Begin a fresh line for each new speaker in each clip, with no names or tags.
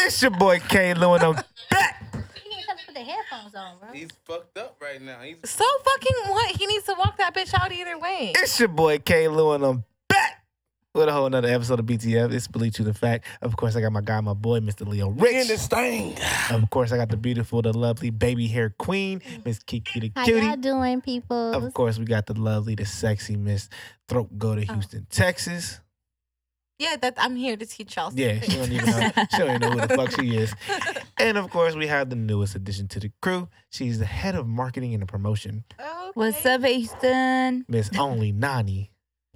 it's your boy K Lou, and I'm back.
You need to put the headphones on, bro.
He's fucked up right now. He's
So fucking what? He needs to walk that bitch out either way.
It's your boy K Lou, and I'm back with a whole another episode of BTF. It's Believe You the Fact. Of course, I got my guy, my boy, Mr. Leo
in
Rich.
this thing.
Of course, I got the beautiful, the lovely baby hair queen, Miss Kiki the
How
cutie.
y'all doing, people?
Of course, we got the lovely, the sexy Miss Throat Go
Oh.
to Houston, Texas.
Yeah, that I'm here to teach y'all.
Yeah, she don't even know. She don't even know who the fuck she is. And of course, we have the newest addition to the crew. She's the head of marketing and promotion,
What's up, Easton?
Miss Only Nani.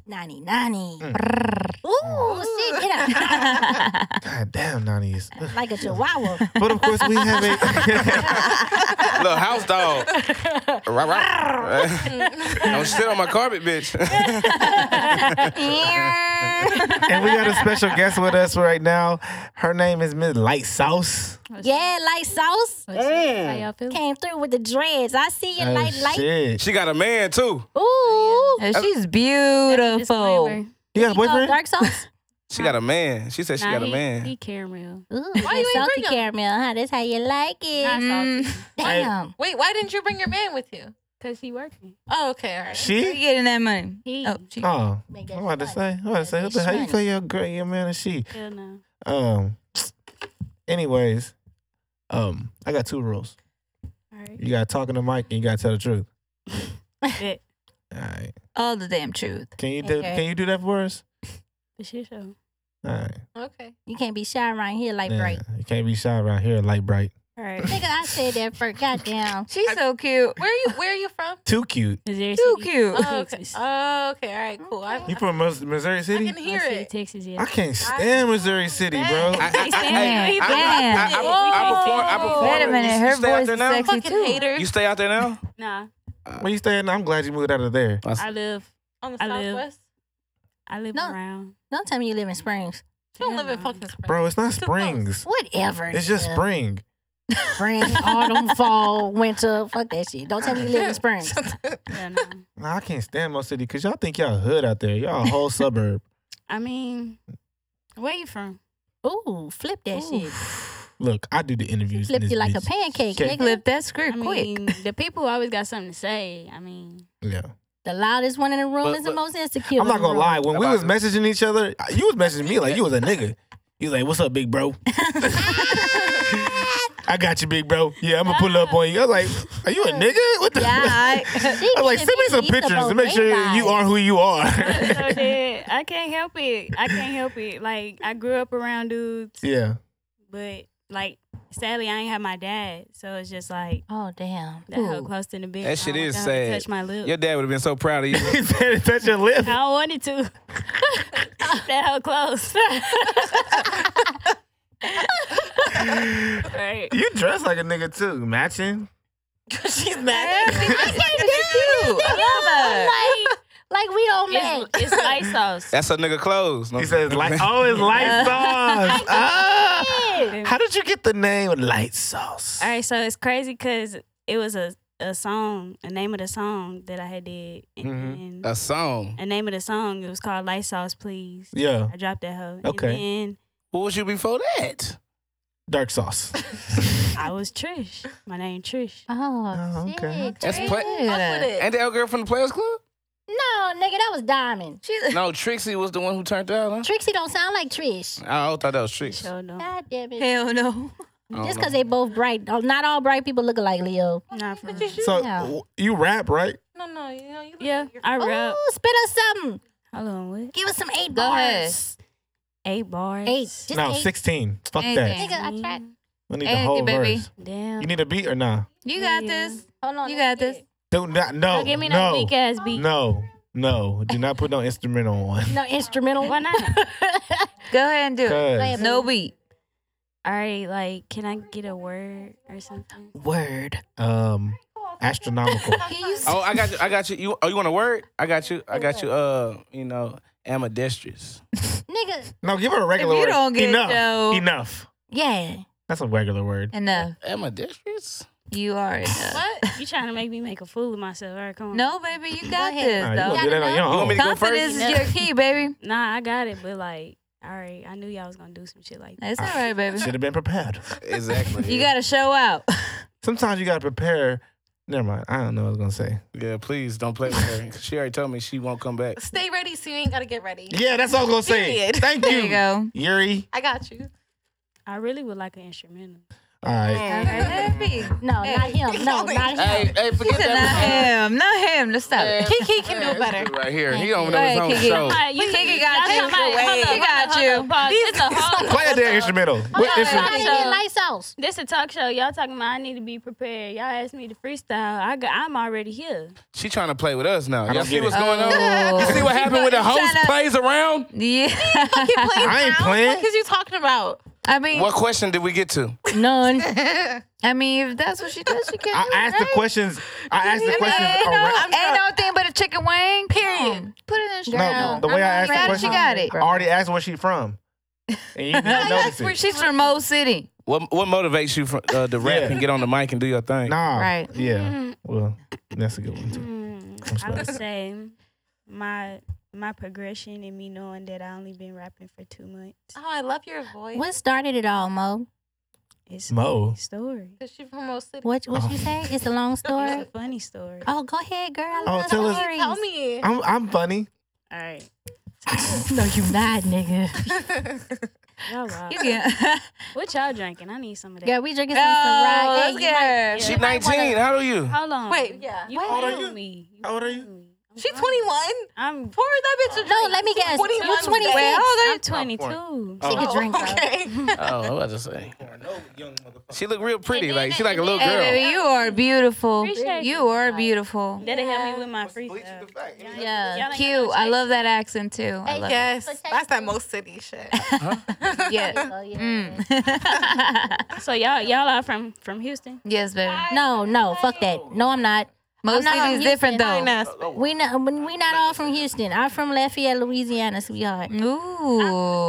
Nani, nani.
Mm.
Brrr. Ooh, shit, get
God damn, Nani is.
out. like a chihuahua.
But of course, we have a.
Little house dog. Rah, rah. Don't sit on my carpet, bitch.
and we got a special guest with us right now. Her name is Miss Light Sauce.
yeah, light sauce.
How y'all feel?
Came through with the dreads. I see you, light,
Oh,
light.
shit.
she got a man too.
Ooh.
Yeah.
And she's beautiful.
Disclaimer.
You got a
You call
boyfriend?
Dark sauce?
She got a man. She said she
Nah,
got a
he-
man.
He caramel.
Ooh,
Why you ain't
salty
bring 'em?
caramel, huh? That's how you like
Not
it.
salty.
Damn.
Wait, why didn't you bring your man with you?
Cause he working.
Oh, okay, all right.
She
She?
getting that money.
He.
Oh, she,
Oh.
Make that
I'm about to
shmoney.
say. I'm about to say. What the hell? You
Shmoney.
tell your girl, your man, and she.
Hell no.
Um. Anyways, um, I got two rules.
All right.
You gotta talk in the mic and you gotta tell the truth.
Bet.
All right.
all the damn truth.
Can you do?
Okay.
Can you do that for us?
It's your show.
All right.
Okay.
You can't be shy around here like
Yeah,
bright.
You can't be shy around here, light bright.
All right.
Nigga, I said that first. Goddamn.
She's so cute.
Where are you? Where are you from?
Too cute.
Is there a
Too
city?
cute.
Oh, okay. Oh, okay. All right. Cool. I,
Okay.
You from Mis- Missouri
I
City?
can hear
oh, city,
it.
Texas. Yeah.
I can't stand Missouri City, bro.
I, I, I,
Damn,
hey, I, I,
damn.
I, I, I perform. I perform.
Wait a minute,
You-
her
you stay out
voice
there
is
now?
sexy
Fucking
too.
hater
You stay out there now?
Nah.
Where you staying? I'm glad you moved out of there.
I live.
on the
I live-
Southwest.
I live
No.
around.
Don't tell me you live in Springs.
You don't
Hell
live in
no.
fucking Springs.
Bro, it's not
Too close.
Springs.
Whatever.
It's just
nigga.
spring.
Spring, autumn, fall, winter. Fuck that shit. Don't tell me you live in Springs.
Hell no.
Nah, I can't stand my city because y'all think y'all hood out there. Y'all a whole suburb.
I mean, where you from?
Ooh, flip that shit.
Look, I do the interviews.
Flip
in this
you like a
bitch.
pancake,
Okay.
nigga.
Flip that script
I
quick.
mean, the people always got something to say. I mean,
Yeah.
The loudest one in the room
But-
is the
but-
most insecure.
I'm not
in
gonna
the
lie. When we
About
was
it.
messaging each other, you was messaging me like you was a nigga. You was like, "What's up, big bro?" I got you, big bro. Yeah, I'm gonna pull up on you. I was like, "Are you a nigga?" What the?
Yeah, I-
I was like, send me some pictures to make sure you are who you are.
I'm so dead. I can't help it. I can't help it. Like I grew up around dudes,
yeah,
but like sadly, I ain't have my dad, so it's just like
Oh damn.
that hoe
Ooh.
close to the bitch.
That
I
shit
don't want
is
the hoe to
sad.
Touch my lips.
Your dad would have been so proud of you.
he said, "Touch your lip."
I don't want it to. that hoe close. right.
You dress like a nigga too, matching.
She's mad.
I can't do it.
Oh,
I
Like we don't
It's,
match.
it's light sauce.
That's a nigga clothes.
He says, "Light." Oh, it's light sauce. Ah. How did you get the name Light Sauce?
All right, so it's crazy because it was a, a song, a name of the song that I had did, and,
Mm-hmm.
Mhm.
and
a song.
a name of the song. It was called "Light Sauce, Please."
Yeah,
I dropped that hoe.
Okay.
And
Who was you before that?
dark sauce.
then I was Trish. My name Trish.
Oh,
Oh, okay,
shit.
That's
Trish.
pla-
Fuck with it.
Ain't that old girl from the Players Club?
No, nigga, that was Diamond.
No, Trixie was the one who turned out, huh? Oh,
Trixie don't sound like Trish.
I thought that was Trixie.
Show them.
God damn it.
I
Hell no.
don't
Just
know.
because they both bright. oh, Not all bright people look alike, Leo.
Not for
But
real.
you should-
So
Yeah.
w- you rap, right?
No, no, you know you. look
Yeah,
like you're-
I rap.
Ooh, spit us something.
Hold on, what?
Give us some eight
Go ahead.
bars.
Eight bars.
Eight. Just
no,
eight.
16. Fuck
Anything.
that.
Nigga, I tried.
We need the
Anything,
whole
baby.
verse.
Damn.
You need a beat or nah?
You got
Yeah.
this.
Hold on.
You
let
got
me
this.
Do not no.
Don't give me
no,
that weak ass beat.
No. No. Do not put no instrumental on.
get- No, instrumental.
Why not?
Go ahead and do it.
Cause
Lamb.
No beat.
All right, like, can I get a word or something?
Word.
um astronomical.
Can you
Oh, I got you. I got you. You oh, you want a word? I got you. I got you. Uh, you know, ambidextrous.
Nigga,
No, give her a regular
If you
word.
don't get
Enough.
no-
Enough.
yeah.
That's a regular word.
Enough.
Ambidextrous?
You are enough.
What?
You trying to make me make a fool of myurself? All right, come on.
No, baby, you got
ahead.
this
Nah, you
though.
gonna do that on your
You want
own.
me to go
Confidence
first?
is your key, baby.
Nah, I got it, but like, All right, I knew y'all was gonna do some shit like that.
It's all right, baby.
Should have been prepared.
Exactly.
You
yeah.
gotta show out.
Sometimes you gotta prepare. Never mind. I don't know what I was gonna say.
Yeah, please don't play with her. She already told me she won't come back.
Stay ready so you ain't gotta get ready.
Yeah, that's all I was gonna say.
Period.
Thank you.
There you go.
Yuri.
I got you.
I really would like an instrumental.
All right.
Okay, there it be.
No, not him. No, not him.
Hey, hey,
He
forget
said, not
that.
him. Not him. Let's stop it.
Kiki can do it better.
This Right here. He don't
Go
know his
ahead,
own
Kiki.
show.
Kiki got you.
Y'all talking about- hold
Wait,
up,
He got
hold up,
you.
hold up. It's a whole-
Play a damn instrumental. What instrument?
Somebody get light sauce.
This a talk show. Y'all talking about I need to be prepared. Y'all asked me to freestyle. I got, I'm already here.
She trying to play with us now.
don't
Y'all see
get it.
what's going on?
Oh.
You see what happened when the host
Shut up.
plays around?
Yeah.
Fucking playing
I ain't
now?
playing.
What is you talking about?
I mean,
What question did we get to?
none. I mean, if that's what she does, she can.
I asked the
right?
questions. I asked the
Ain't
questions
no,
around.
ain't no thing but a chicken wing. Period. Put it in straight.
No, the way I asked the
Right, she
question,
got it.
I already asked where she from, and you didn't notice
where
it.
she-
She's from Mo City.
What What motivates you from, uh, to rap
Yeah.
and get on the mic and do your thing?
Nah.
Right.
Mm-hmm.
Yeah. Well, that's a good one too.
Mm, I would say my my progression and me knowing that I only been rapping for two months.
Oh, I love your voice.
What started it all, Mo?
It's
Mo.
a story.
Cause she from Rose City.
What what you say? It's a long
It's a
story.
funny story.
Oh, go ahead, girl. I
Oh,
love
tell us-
stories.
Tell me.
I'm I'm funny.
All right.
No, you not, nigga.
Y'all wild.
You can.
What y'all drinking? I need some of that.
Yeah, we drinking some Ciroc. Hey,
oh, let's
you
get
might-
her.
She
You might
19.
wanna-
How old are you?
Hold on.
Wait, yeah.
You
How old are
failed
you?
me.
How old are you?
failed me. I'm
She's
grown.
21.
I'm
Pour that bitch a drink.
No, let me
She's
guess.
21
You're 26.
today.
Well,
I'm 22.
Oh.
She could drink. though.
Okay.
Oh, I was about to say. She look real pretty. Like she like a little
Hey,
girl.
baby, you are beautiful.
Appreciate
You
you.
are beautiful.
That'll help me with my freestyle.
Yeah,
Y'all ain't
cute.
no
I
chase.
love that accent too. I love
yes, that's that most city shit.
it. Yes.
Oh, yeah.
Mm.
So y'all y'all are from from Houston?
yes, baby.
No, no, fuck that. No, I'm not.
Most
not from
cities different
Houston,
though.
Oh.
We not when we not all from Houston. I'm from Lafayette, Louisiana, sweetheart.
Ooh.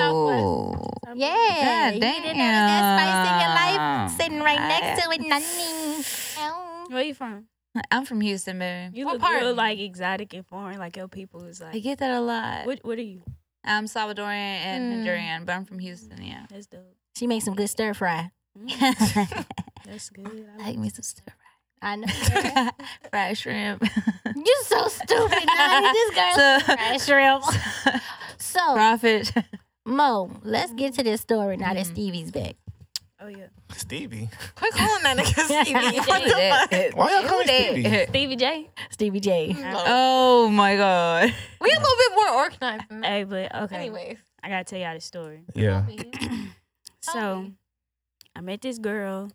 Yeah,
God
you didn't notice that
damn.
spice in your life sitting right next
I-
to it, nothing. Oh.
Where you from?
I'm from Houston, baby.
You
What
look
part?
real like exotic and foreign, like your people is
I
like
get that a lot.
what what are you?
I'm Salvadorian and
Hmm.
Mm.
Honduran, but I'm from Houston. Yeah.
That's dope.
She makes some good stir fry.
Mm,
I
that's good. I like
Like me some stir
know.
fry, fried shrimp.
You're so stupid, Nani. This girl.
So-
fried shrimp. Oh.
uh,
So,
Profit.
Mo, let's get to this story now
Mm.
that Stevie's back.
oh yeah.
Stevie.
Quit calling that nigga Stevie. What the fuck?
Why y'all call me Stevie?
Stevie J.
Stevie J.
Oh my god.
We a little bit more organized than that.
Hey, but okay.
Anyways.
I gotta tell y'all the story.
Yeah.
So I met this girl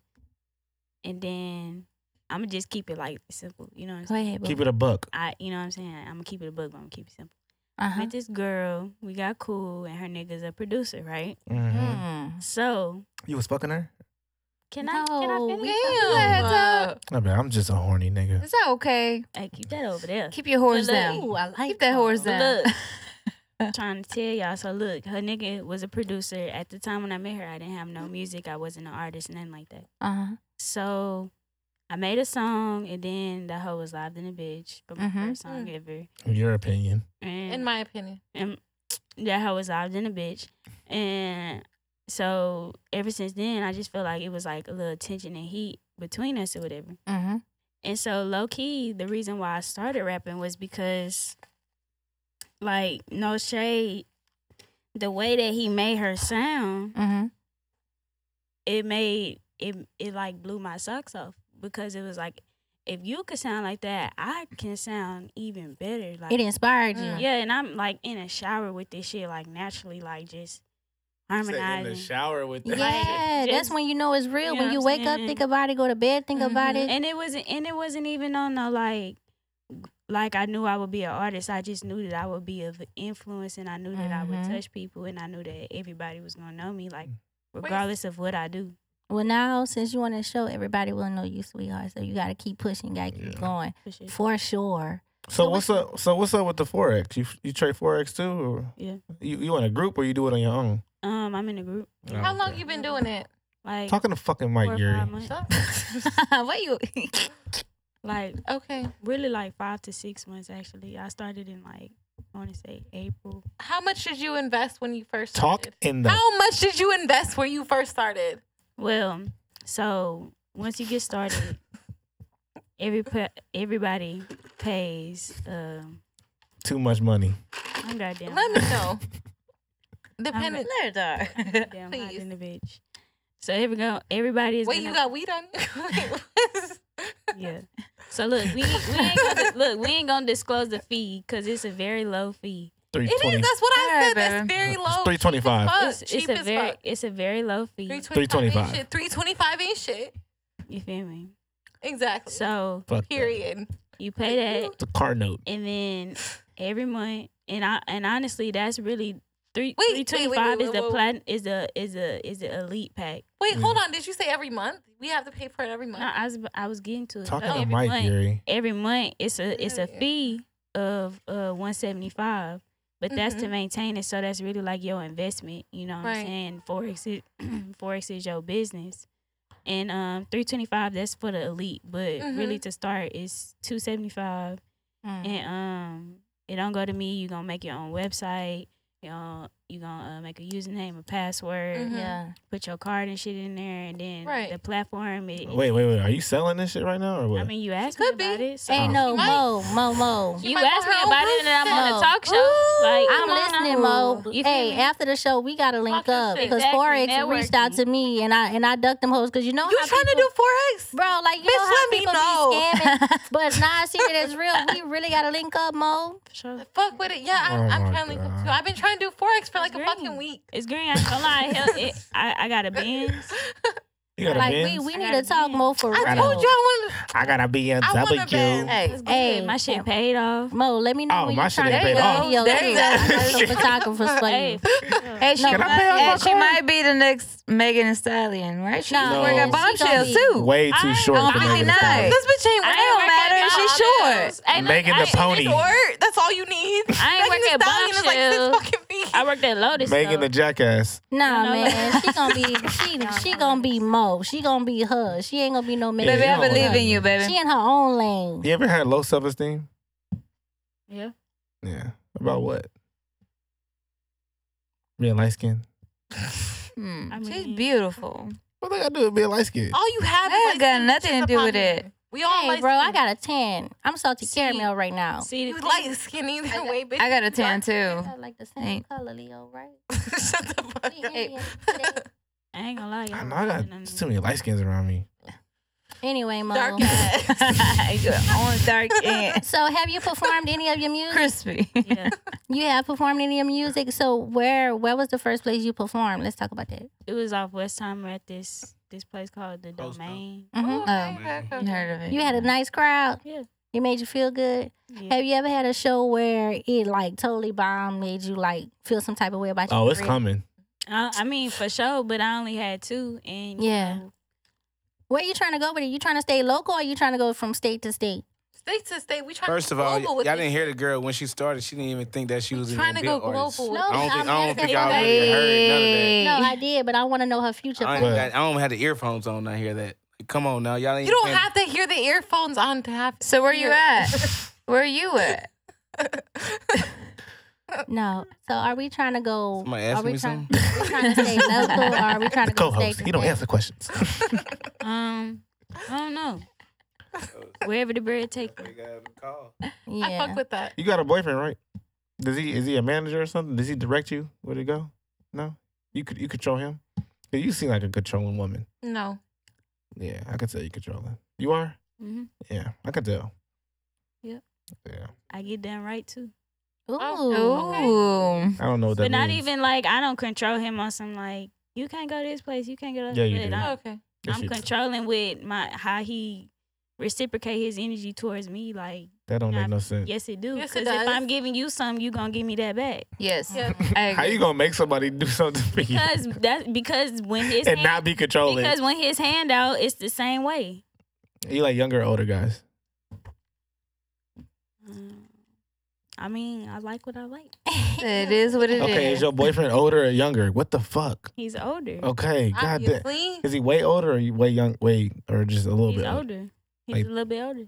and then I'ma just keep it like simple. You know what I'm
Go
saying?
ahead, boo.
Keep it a buck.
I you know what I'm saying? I'm gonna keep it a book, but I'm gonna keep it simple.
Uh-huh.
Met this girl, we got cool, and her nigga's a producer, right?
Mhm.
Hmm.
Mm.
So
You was fucking her?
can I can I
No,
finish?
we-
Damn.
Damn.
I mean, I'm just a horny nigga.
Is that okay?
Hey, keep that over there.
Keep your horse
Look.
down.
Ooh, I like
Keep that horse down.
Look, trying to tell y'all. So look, her nigga was a producer at the time when I met her. I didn't have no music. I wasn't an artist, nothing like that.
Uh-huh.
So I made a song, and then the hoe was live in the bitch, but my
Mhm.
first song ever.
Your opinion.
And
In my opinion.
and that hoe was out in a bitch. And so ever since then, I just feel like it was like a little tension and heat between us or whatever.
Mm-hmm.
And so low key, the reason why I started rapping was because, like, no shade, the way that he made her sound,
Mm-hmm.
it made it it like blew my socks off because it was like, if you could sound like that, I can sound even better. Like
It inspired you.
Mm.
yeah, and I'm like in a shower with this shit, like naturally, like just harmonizing.
shower with
Yeah,
that Like,
that's
just-
when you know it's real.
you know
when
what
you
I'm
wake up,
saying? Mm-hmm.
think about it, go to bed, think about
Mhm.
it.
And it wasn't, and it wasn't even on no like, like I knew I would be an artist. I just knew that I would be of influence, and I knew that I would
Mhm.
touch people, and I knew that everybody was gonna know me, like regardless of what I do.
Well, now since you want to show, everybody will know you, sweetheart. So you got to keep pushing, got to keep
Yeah.
going
For sure.
for sure.
So what's up? So what's up with the forex? You you trade forex too? Or
Yeah.
You you in a group or you do it on your own?
Um, I'm in a group,
How long you been doing it?
like
Talking to fucking
four
Mike
or
Yuri.
five months,
what you?
Mm,
like
Okay.
really like five to six months actually. I started in like I want to say April.
How much did you invest when you first
Talk
started?
in the
How much did you invest when you first started?
Well, so once you get started, every pa- everybody pays. Um,
too much money.
I'm goddamn.
Let me know. Dependent.
Damn, hot in
Please.
the bitch. So here we go. Everybody is.
Wait,
gonna-
you got weed on you? Wait, what?
Yeah. So look, we, we ain't gonna, look. We ain't gonna disclose the fee because it's a very low fee.
Three
it is.
twenty.
That's what I
Yeah,
said. That's
baby.
very low.
Three twenty five.
Fuck,
It's, it's
cheap
a
as
very
fuck.
it's a very low fee.
325.
325 ain't shit. 325 ain't shit.
You feel me?
Exactly.
So
Fuck. that.
Period.
you pay that,
The car note.
and then every month, and I and honestly, that's really three
Wait,
three
wait,
twenty
wait,
five
wait,
is
wait,
the
wait.
plan is the is the is the elite pack.
Wait,
Yeah.
hold on. Did you say every month? We have to pay for it every
No,
month.
I was I was getting to it.
Talk
So
in the
every
mic,
month,
Yuri.
every month it's a it's a
Yeah.
fee of uh one seventy five, but that's to
Mhm.
maintain it. So that's really like your investment. You know what
Right.
I'm saying? Forex is forex is your business, and um three twenty five that's for the elite. But
Mm-hmm.
really to start it's two seventy five, and um it don't go to me. You gonna make your own website. You know, you gonna uh, make a username, a password,
Mm-hmm.
Mhm.
Yeah.
put your card and shit in there, and then
Right.
the platform. It,
Wait, wait, wait. Are you selling this shit right now or what?
I mean, you asked
could
me about
be.
it. So
Ain't no
Oh. Might-
mo, mo, mo.
She
You
might
asked
go
me
her own
about it, and then I'm on
No.
the talk show. Like,
I'm
come on
listening,
now.
Mo.
You feel
Hey,
me?
after the show, we gotta link
Talk your
up
shit.
because
Exactly,
Forex reached out
networking.
to me and I and I ducked them hoes because you know
You
how
trying to
people-
do Forex?
bro, like you
Bitch,
know how
let me
people
know.
be scamming, but nah, serious, it's real. We really gotta link up, Mo.
Sure.
Fuck with it. Yeah, I'm,
Oh my
I'm trying to link up
God.
too. I've been trying to do Forex for like a
Green.
fucking week.
It's green. I ain't gonna lie. Hell, it, I, I got a Benz.
you got a
Like we
Benz?
we
I
need
got
to
a
talk,
Benz.
Mo, for real.
I told you I wanted.
I got a
I want a
BMW.
Benz.
Hey.
Hey,
My shit paid off.
Mo, let me know
Oh,
when
my
you're
shit
trying to
ain't
do
paid off.
video.
There you go.
There's some photographers for
Hey,
you.
Hey, she,
No.
Can I pay off
hey,
my
she
car?
might be the next Megan Thee Stallion, right? She
No.
used to work at
No.
She gonna
Bombshells
be-
too.
Way
I
too
ain't
short
gonna
for
lie.
Megan Thee
Really
Stallion.
nice.
This bitch ain't
I
worth
ain't
don't
work
it.
at
matter, she's
Bombshells.
short.
Hey, look,
Megan
I
the
ain't-
Pony.
It's worth. That's all you need.
I ain't
Megan
work
Thee
at
Stallion is
Bombshell.
Like six fucking feet.
I worked at Lotus.
Megan
though.
the Jackass.
Nah,
No, no.
man, she gonna be she she gonna be Mo. She gonna be her. She ain't gonna be no man.
Baby,
Yeah,
I
she don't
believe
wanna-
in you, baby.
She in her own lane.
You ever had low self esteem?
Yeah.
Yeah. About what? Being light skinned?
Hmm,
I
She's
mean-
beautiful.
What they gotta do with being light
Oh,
skinned?
all you have
That
is
ain't got
skin
nothing
just
to do
upon
with
you.
it.
We all
Hey,
like
bro, I
skin.
got a tan. I'm salty
See,
caramel right now.
See,
you
the
light skin either way, bitch.
I got a tan too.
I like the same
Ain't-
color, Leo, right?
Shut the fuck up.
We Indian today.
I ain't gonna lie. y'all.
I know I got
And I'm-
too many light skins around me.
Anyway, Mo.
Um,
Dark ass.
You're on dark and
So, have you performed any of your music?
crispy.
Yeah.
You have performed any of your music. So, where where was the first place you performed? Let's talk about that.
It was off Westheimer at this this place called the
Close
Domain.
Mhm.
Oh,
Oh,
heard of it.
You had a nice crowd.
Yeah.
It made you feel good.
Yeah.
Have you ever had a show where it like totally bombed, made you like feel some type of way about your
Oh, it's
career?
coming.
I, I mean, for sure, but I only had two, and you
Yeah.
know,
Where you trying to go with it? You trying to stay local or you trying to go from state to state?
State to state, we trying
First
to
of
go
all, y-
global
y'all
with
didn't
this
hear the girl when she started. She didn't even think that she
We
was even
trying to
gonna be
go
an artist.
global.
No,
I don't think, I
I'm
don't think
asking
y'all
about-
really heard none of that.
Hey.
No, I did, but I want to know her future.
I, ain't
plans.
But-
got, I don't have the earphones on out here. That come on now, y'all ain't.
You don't
paying-
have to hear the earphones on to have.
So where you
Here.
at? Where you at?
No. So are we trying to go?
Somebody
Are
asking
we
me
trying,
something.
we trying to stay local or are we trying
The
to go
co-host.
state
He
to
don't
state?
answer questions.
um, I don't know. Wherever the bread take me.
I
Yeah.
fuck with that.
You got a boyfriend, right? Does he is he a manager or something? Does he direct you where to go? No? You could you control him? 'Cause You seem like a controlling woman.
No.
Yeah, I could tell you controlling. You are?
hmm
Yeah, I could tell.
Yep.
Yeah.
I get done right too.
Ooh.
Ooh.
I don't know what that
but not
means.
even like I don't control him on some like you can't go this place, you can't go. This
Yeah, you
place.
do.
I'm,
okay.
Yes,
I'm
you do.
controlling with my how he reciprocate his energy towards me. Like
That don't make
Nah,
no sense.
yes, it do.
Yes, it
Because if I'm
does.
giving you some, you gonna give me that back.
Yes.
Yeah.
I
How you gonna make somebody do something for you
Because that because when his
and
hand,
not be controlling?
because when his hand out, it's the same way.
you like younger or older guys?
Mm. I mean, I like what I like.
It is what it is.
Okay, is your boyfriend older or younger? What the fuck?
He's older.
Okay, god damn.
Obviously.
Is he way older or you way young? Way or just a little
He's
bit older?
older. He's
Like-
a little bit older.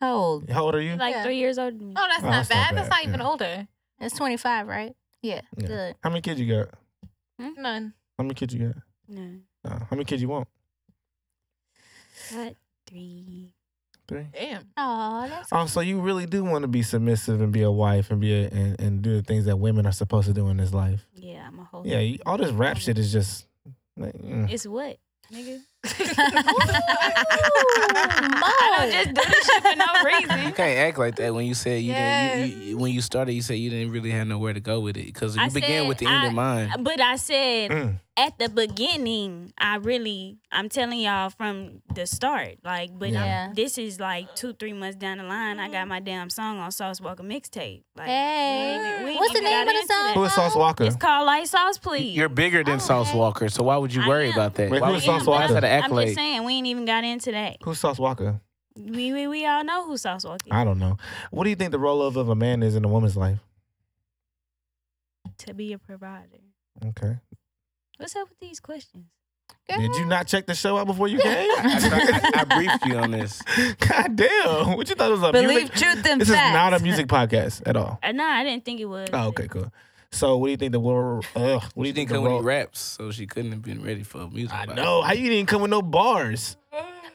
How old?
How old are you?
He's like
Yeah.
three years older than me.
Oh, that's
Oh,
not bad. That's not even
yeah.
older.
That's 25, right?
Yeah.
Yeah.
Good.
How many kids you got?
None.
How many kids you got?
No.
Uh, how many kids you want?
What? Three.
Three.
Damn.
Oh, that's
Oh, so you really do want to be submissive and be a wife and be a, and, and do the things that women are supposed to do in this life.
Yeah, I'm a whole.
Yeah, you, all this rap shit is just like, mm.
It's what, nigga?
Oh.
I don't just do this shit for no
You
reason.
can't act like that when you said you, didn't, you, you when you started. You said you didn't really have nowhere to go with it because you
I
began
said
with the end
I-
in mind.
But I said
Mm.
at the beginning, I really, I'm telling y'all from the start, like, but I'm-
Yeah.
this is like two, three months down the line. I got my damn song on Sauce Walker mixtape. Like,
Hey.
we ain't
What's the
even
name
got
of the
into that.
song?
Who is Sauce Walker?
um, It's called Light Sauce Please.
You're bigger than Sauce
Okay.
Walker, so why would you
I
worry
am.
about that?
Wait,
why
who
would
is
you-
I am,
Sauce
but
Walker?
That's not an
I'm just
accolade.
saying, we ain't even got into that.
Who's Sauce Walker?
We we, we all know who Sauce Walker is.
I don't know. What do you think the role of, of a man is in a woman's life?
To be a provider.
Okay.
What's up with these questions?
Did you not check the show out before you came?
I, I, I briefed you on this.
God damn. What you thought it was a
Believe
music?
truth and
This is
facts.
not a music podcast at all.
Uh, no, I didn't think it was.
Oh, okay, cool. So what do you think the world uh, what do you
She
think
didn't
the
come with any
world
raps, so she couldn't have been ready for a music.
I
box.
know. How you didn't come with no bars?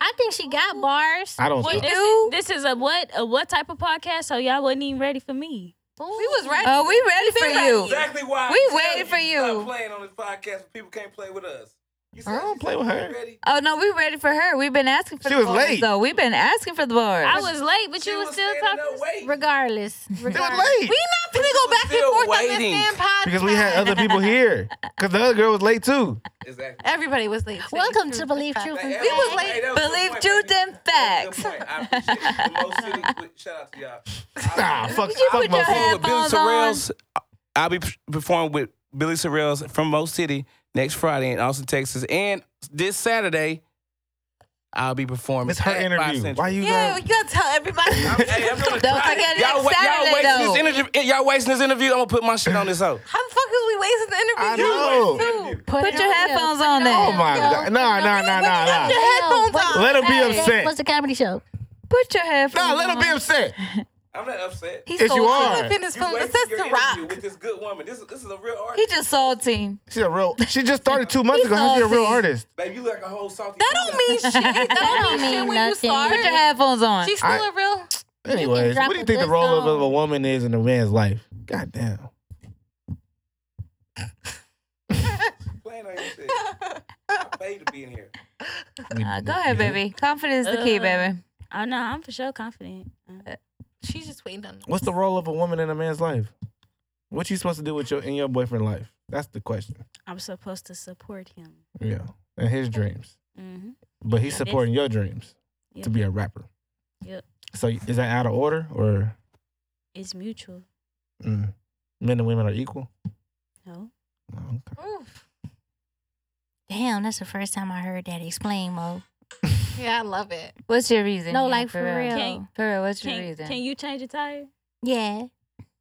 I think she got bars.
I don't
What
think
This,
Dude.
Is, this is a what a what type of podcast? So y'all wasn't even ready for me.
We was ready.
Oh, we ready for you.
exactly why I
We
tell
waiting
you
for
to
you.
Stop playing on this podcast. when People can't play with us. You
I don't play with her.
Ready?
Oh no, we ready for her. We've been asking for
She was
the bars,
late.
though. We've been asking for the bars.
I was late, but you
She
were
was
still
standing
talking.
up waiting.
Regardless.
It
regardless.
was late.
We not finna go back and
Still
forth on
waiting.
this damn podcast.
Because we had other people here. Because the other girl was late too.
Exactly.
Everybody was late. today.
Welcome to Believe Truth and
Like,
Facts.
We was
everybody-
late.
that was a good
Believe
point,
truth
baby.
and
That was
facts.
a good point. I appreciate it. The most city, with- shout out to y'all.
Nah, fuck,
Would you
fuck
put
my
your
food.
hand-
with Billy
headphones
Sorrell's. I'll be p- performing with Billy Sorrell's from Mo City next Friday in Austin, Texas, and this Saturday I'll be performing.
It's her
at Five
interview.
Central.
Why you
Yeah,
guys?
you gotta tell everybody.
I'm, hey, I'm gonna
Don't
try
forget
it.
it
Y'all,
next
wa- y'all
Saturday
wasting
though.
this interview. eh, Y'all wasting this interview. I'm gonna put my shit on this hoe.
How the fuck is we wasting the interview?
I know.
Put
it
your
on,
headphones
yo.
on
Put it
then.
Oh my god. Nah, nah, nah, nah, nah.
Your headphones
Yo,
on.
Let her be
Hey.
upset.
What's the comedy show?
Put your headphones.
Nah, let her be
on.
upset.
I'm not upset.
He's
If you
salty.
are,
Fitness
You
from the
wasted your
sister rock.
interview with this good woman. This is this is a real
He
artist.
just salty.
she's a real. She just started two months ago. How's she a real
salty.
artist?
Babe, you look like a whole salty.
That don't mean shit. That don't mean shit when you
nothing.
Put your
start.
headphones on.
She's still
I-
a real.
Anyways,
drop
what do you
a
think the
good
role of,
song.
of a woman is in a man's life? God damn.
playing on your shit. I paid to be in here.
Uh, go ahead, baby. Confidence is the key,
Uh,
baby.
Oh no, I'm for sure confident. Uh,
She's just waiting on.
What's the role of a woman in a man's life? What you supposed to do with your in your boyfriend life? That's the question.
I'm supposed to support him.
Yeah, and his dreams,
Mm-hmm.
but he's supporting your dreams to be a rapper.
Yep.
So is that out of order or
It's mutual.
mm, men and women are equal?
No.
Oh, okay.
Oof.
Damn, that's the first time I heard that. Explain, Mo.
Yeah, I love it.
What's your reason?
No,
here,
like for real.
Can't-
For real, what's your
Can,
reason?
can you change a tire?
Yeah.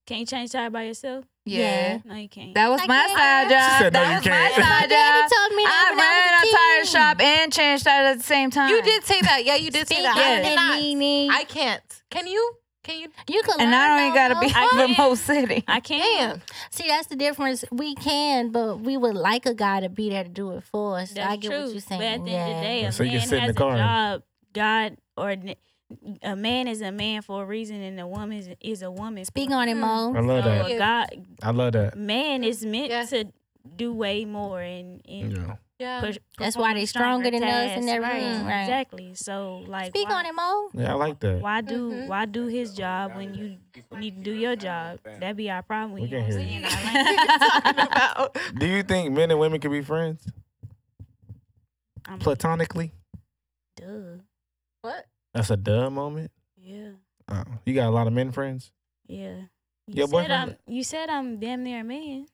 Can you change a tire by yourself?
yeah.
No, you can't.
That was
I
my
can't.
side job.
She said, no,
that
you
was
can't.
my
My
side
daddy
job.
told me that
uh, I
when
ran a tire
was a
shop
teen.
and changed tires at the same time.
You did say that. Yeah, you did say
Speak
that.
on
I
it,
cannot.
Nene.
I can't. Can you? Can you?
you can
And
learn
I don't even gotta
though,
be
Mo.
I
from
can't.
Mo City.
I can't.
Damn.
See, that's the difference. We can, but we would like a guy to be there to do it for us.
That's
I get
true.
what you're saying.
But at the
yeah.
end of the day, a
So you can
man has
sit in
a
the car and-
job. God or n- a man is a man for a reason, and a woman is, is a woman.
Speak on it,
Hmm.
Mo.
I love
So
that.
a God,
I love that.
man is meant
Yeah.
to do way more and, and
Yeah.
Yeah.
push.
That's why they
perform
stronger than us and
tasks.
everything. Right.
Exactly. So like,
Speak
why,
on it, Mm-hmm. Mo.
Yeah, I like that.
Why do
Mhm.
why do his job when you need to do your job? That'd be our problem. With
We
you.
can
know what
hear
I'm
you.
saying? I like-
Talking about.
Do you think men and women can be friends
I'm like,
platonically?
Duh.
What?
That's a duh moment.
Yeah.
Oh, you got a lot of men friends.
Yeah. You
Your
said
boyfriend-
I'm. You said I'm damn near a man.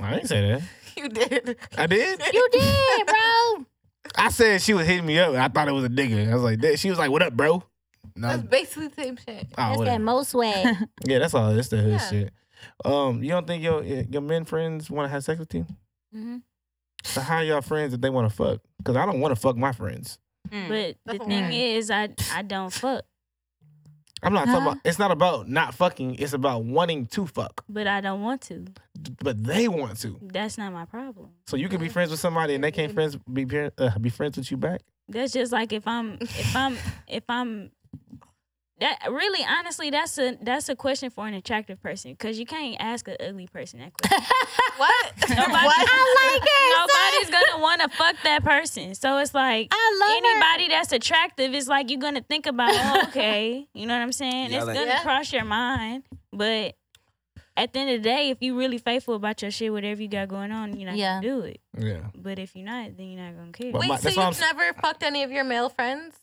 I didn't say that.
You did.
I did.
You did, bro.
I said she was hitting me up. and I thought it was a nigga. I was like, that. she was like, "What up, bro?" No,
That's basically the same shit.
oh,
That's
whatever.
that Mo swag.
yeah, that's all. That's the hood
Yeah.
shit. Um, you don't think your your men friends want to have sex with you?
Mm-hmm.
So how y'all friends if they want to fuck? Because I don't want to fuck my friends.
But the
That's a
thing
lie.
is, I I don't fuck.
I'm not talking
Huh?
about. It's not about not fucking. It's about wanting to fuck.
But I don't want to.
But they want to.
That's not my problem.
So you can be friends with somebody and they can't friends be par- uh, be friends with you back.
That's just like if I'm if I'm if I'm that really honestly that's a that's a question for an attractive person because you can't ask an ugly person that question.
What?
Nobody-
what?
Nobody's gonna want to fuck that person. So it's like anybody that's attractive is like you're gonna think about oh, okay, you know what I'm saying?
Yeah,
it's
like-
gonna
Yeah.
cross your mind, but at the end of the day, if you really faithful about your shit, whatever you got going on, you're not
Yeah.
gonna do it.
Yeah.
But if you're not, then you're not gonna care.
Well,
Wait,
my-
so
that's what
you've never fucked any of your male friends?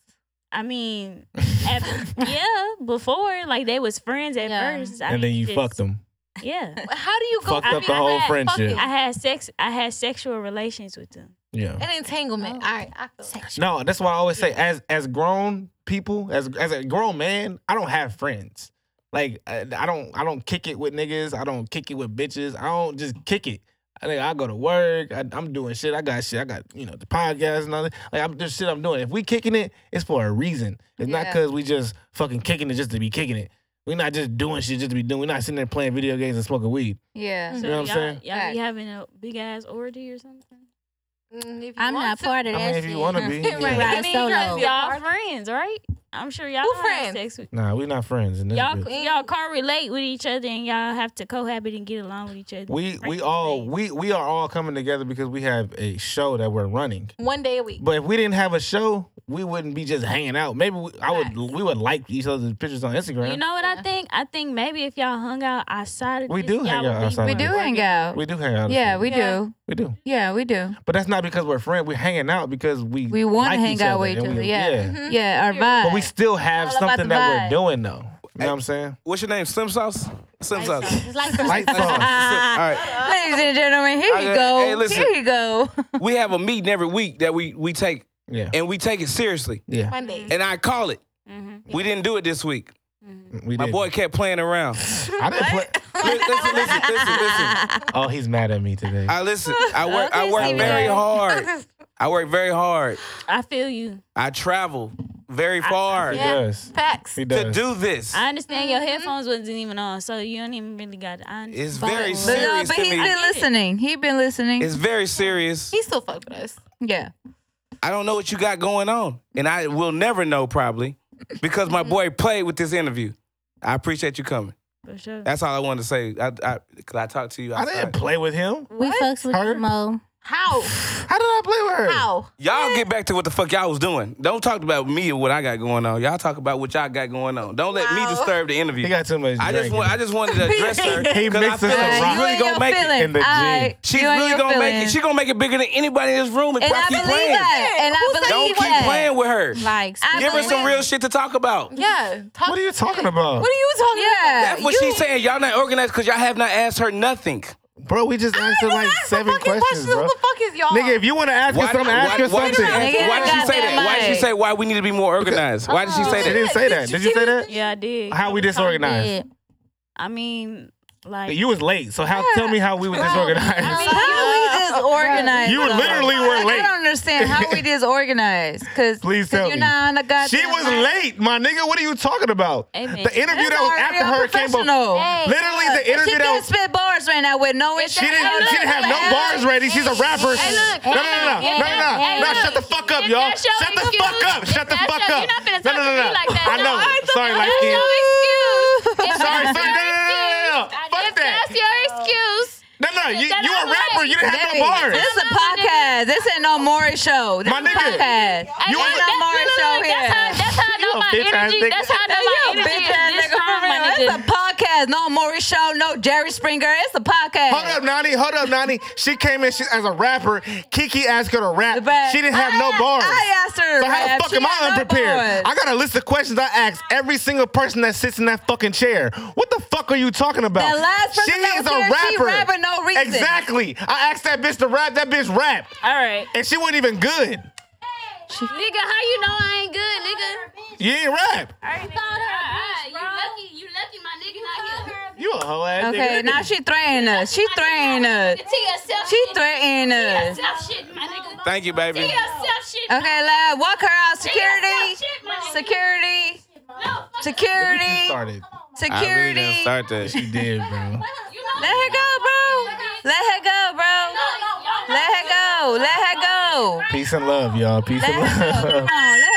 I mean, at, yeah, before like they was friends at
Yeah.
first, I
and then
mean,
you
just-
fucked them.
Yeah,
How do you go
Fucked up the
after
whole
that?
friendship.
I
Fucking-
had sex. I had sexual relations with them.
Yeah.
An entanglement. All right, I feel it.
No, that's why I always say, as as grown people, as as a grown man, I don't have friends. Like I, I don't I don't kick it with niggas. I don't kick it with bitches. I don't just kick it. I think I go to work. I, I'm doing shit. I got shit. I got you know the podcast and all that. Like I'm there's shit I'm doing. If we kicking it, it's for a reason. It's not
Yeah.
because we just fucking kicking it just to be kicking it. We're not just doing shit just to be doing. We're not sitting there playing video games and smoking weed.
Yeah.
So
know what I'm
y'all,
saying?
y'all be having a big ass orgy or something.
Mm, if you
I'm
want
not
to.
part of
I
that.
mean, if you want to be,
Right.
yeah.
Right.
Ride
Any
solo.
girls,
Y'all
part-
friends, right? I'm sure y'all
Who
had
friends?
sex with
Nah, we're not friends. In this
y'all.
bitch.
Y'all can't relate with each other, and y'all have to cohabit and get along with each other.
We we
Right.
all we we are all coming together because we have a show that we're running.
One day a week.
But if we didn't have a show, we wouldn't be just hanging out. Maybe we, I would we would like each other's pictures on Instagram.
You know what I think? I think maybe if y'all hung out outside of
We
this,
do hang
y'all would
out
be
outside
We
of
do
this.
hang out.
we do hang out.
yeah, we
Yeah.
do.
we do.
Yeah, we do.
But that's not because we're friends. We're hanging out because we
We wanna
like
hang out
other
with each
and we-
other, yeah. Mm-hmm.
Mhm.
Yeah, our vibe.
But we still have
All about
something
the
that
vibe.
we're doing though. You know what I'm saying?
What's your name? Slim Sauce? Slim Sauce.
It's like
Light
Slim Sauce. All
sauce.
right.
Ladies and gentlemen, here you
Okay,
go.
hey, listen.
Here you go.
We have a meeting every week that we, we take,
Yeah,
and we take it seriously.
yeah.
Monday.
And I call it.
Mm-hmm.
We didn't do it this week.
We
My
did.
boy kept playing around.
I didn't play.
Li- listen, listen, listen, listen.
Oh, he's mad at me today.
I listen. I work. I
Okay,
work
Steven.
very hard. I work very hard.
I feel you.
I travel very far
he
yeah.
does.
Facts.
He
to
does.
do this.
I understand your headphones wasn't even on, so you don't even really got. I understand.
It's very
But no,
serious
but
to
he's
me.
been listening. He's been listening.
It's very serious.
He still fuck with us.
yeah.
I don't know what you got going on, and I will never know probably because my
Mm-hmm.
boy played with this interview. I appreciate you coming.
for sure.
That's all I wanted to say. I, I, cause I talked to you.
I
outside.
didn't play with him.
We fucks with
Her?
you, Mo.
How?
How did I play with her?
How?
Y'all get back to what the fuck y'all was doing. Don't talk about me or what I got going on. Y'all talk about what y'all got going on. Don't let me
Wow.
disturb the interview.
He got too much.
I just
drink in
want,
him.
I just wanted to address her.
He
'cause I
mixed us a
feel like
rock.
She's really
you
gonna make it.
in the
I,
She's
you and
really
your
gonna make it.
feelings.
She's gonna make it bigger than anybody in this room. If
and
y'all
I
keep
believe
playing.
that. And
Who
I
said
Don't
believe
keep
that.
playing with her.
Like,
I
Give her
believe-
some real shit to talk about.
Yeah. Talk
What are you talking about,
What are you talking
Yeah.
about?
That's what
You-
she's saying. Y'all not organized because y'all have not asked her nothing.
bro? We just
I
asked her
didn't
like
ask the
seven
fucking
questions, bro.
Who the fuck is y'all?
Nigga, if you want to ask her
Why,
something, ask her
why- why did she
something.
Nigga,
why did she say that?
goddamn
Why did she
mic.
say why we need to be more organized? Why did she say
She
that?
didn't say that. Did you say that?
yeah, I did.
How we disorganized?
Did.
I mean, like
You was late, so how? Tell me how we were disorganized.
How we disorganized?
You
though?
literally were
I
late.
don't understand how we disorganized. Cause
Please
'cause
tell
you're
me.
not on the goddamn.
She was
mic.
late, my nigga. What are you talking about? The
Amen.
interview that was
That's
after her
already
came before.
unprofessional.
Literally, the
She
interview that
can't
was.
spit bars right now with no
She didn't, she didn't have no
Hey,
bars ready. She's a rapper.
Hey, look.
no, no, no, no,
Hey,
no, no,
hey,
no.
look.
Shut the fuck up,
It's
y'all.
not your
Shut the
excuse.
fuck up. Shut the
It's not
fuck
your-
up.
you're not finna
No, no, no,
talk to me
no.
like that.
I know. Sorry,
That's
light
your
skin.
excuse. If
Sorry,
that's
sorry, no,
your
no, no, no, no, no.
excuse-
Fuck
if
that.
that's your excuse.
No, no, you,
that
you a
I'm like,
rapper. You didn't have no
Baby,
bars.
This is a podcast. This ain't no Maury show. This
My
is
nigga.
a podcast.
You
this
was
ain't no
a-
Maury show here.
That's how I
You
know
a
my
bitch ass
energy.
nigga.
That's how I know my
You a
energy
bitch
is
ass nigga
this
for
strong, my
real. It's a
nigga.
podcast. No Maury show. No Jerry Springer. It's a podcast.
Hold up, Nani. Hold up, Nani. She came in she, as a rapper. Kiki asked her to rap.
But
she didn't have no
I-
bars.
I asked her. to
so how the
rap.
fuck
She
am I
had no
unprepared?
bars.
I got a list of questions I asked every single person that sits in that fucking chair. What the fuck are you talking about?
The last person
she
that
is
was
a
here,
rapper.
she rapping no reason.
Exactly. I asked that bitch to rap. That bitch rapped,
all right.
and she wasn't even good.
Nigga, how you know I ain't good, nigga?
You ain't rap.
You called her a bitch, You lucky, you lucky my nigga not here.
You a hoe ass
Okay,
nigga.
now she threatening us. She threatening us.
To yourself
She
shit.
threatening us.
To yourself shit, my nigga.
Thank you,
To
baby.
yourself shit.
Okay, lad, walk her out.
To yourself
Security.
shit, my nigga.
Security.
No, fuck
Security.
started.
I really
Security.
didn't start that.
She did, bro.
You know,
Let her go, bro. Let her go, bro. Let her go. Let her go.
Peace and love, y'all. Peace
Let
and
her go.
love.
Come on, let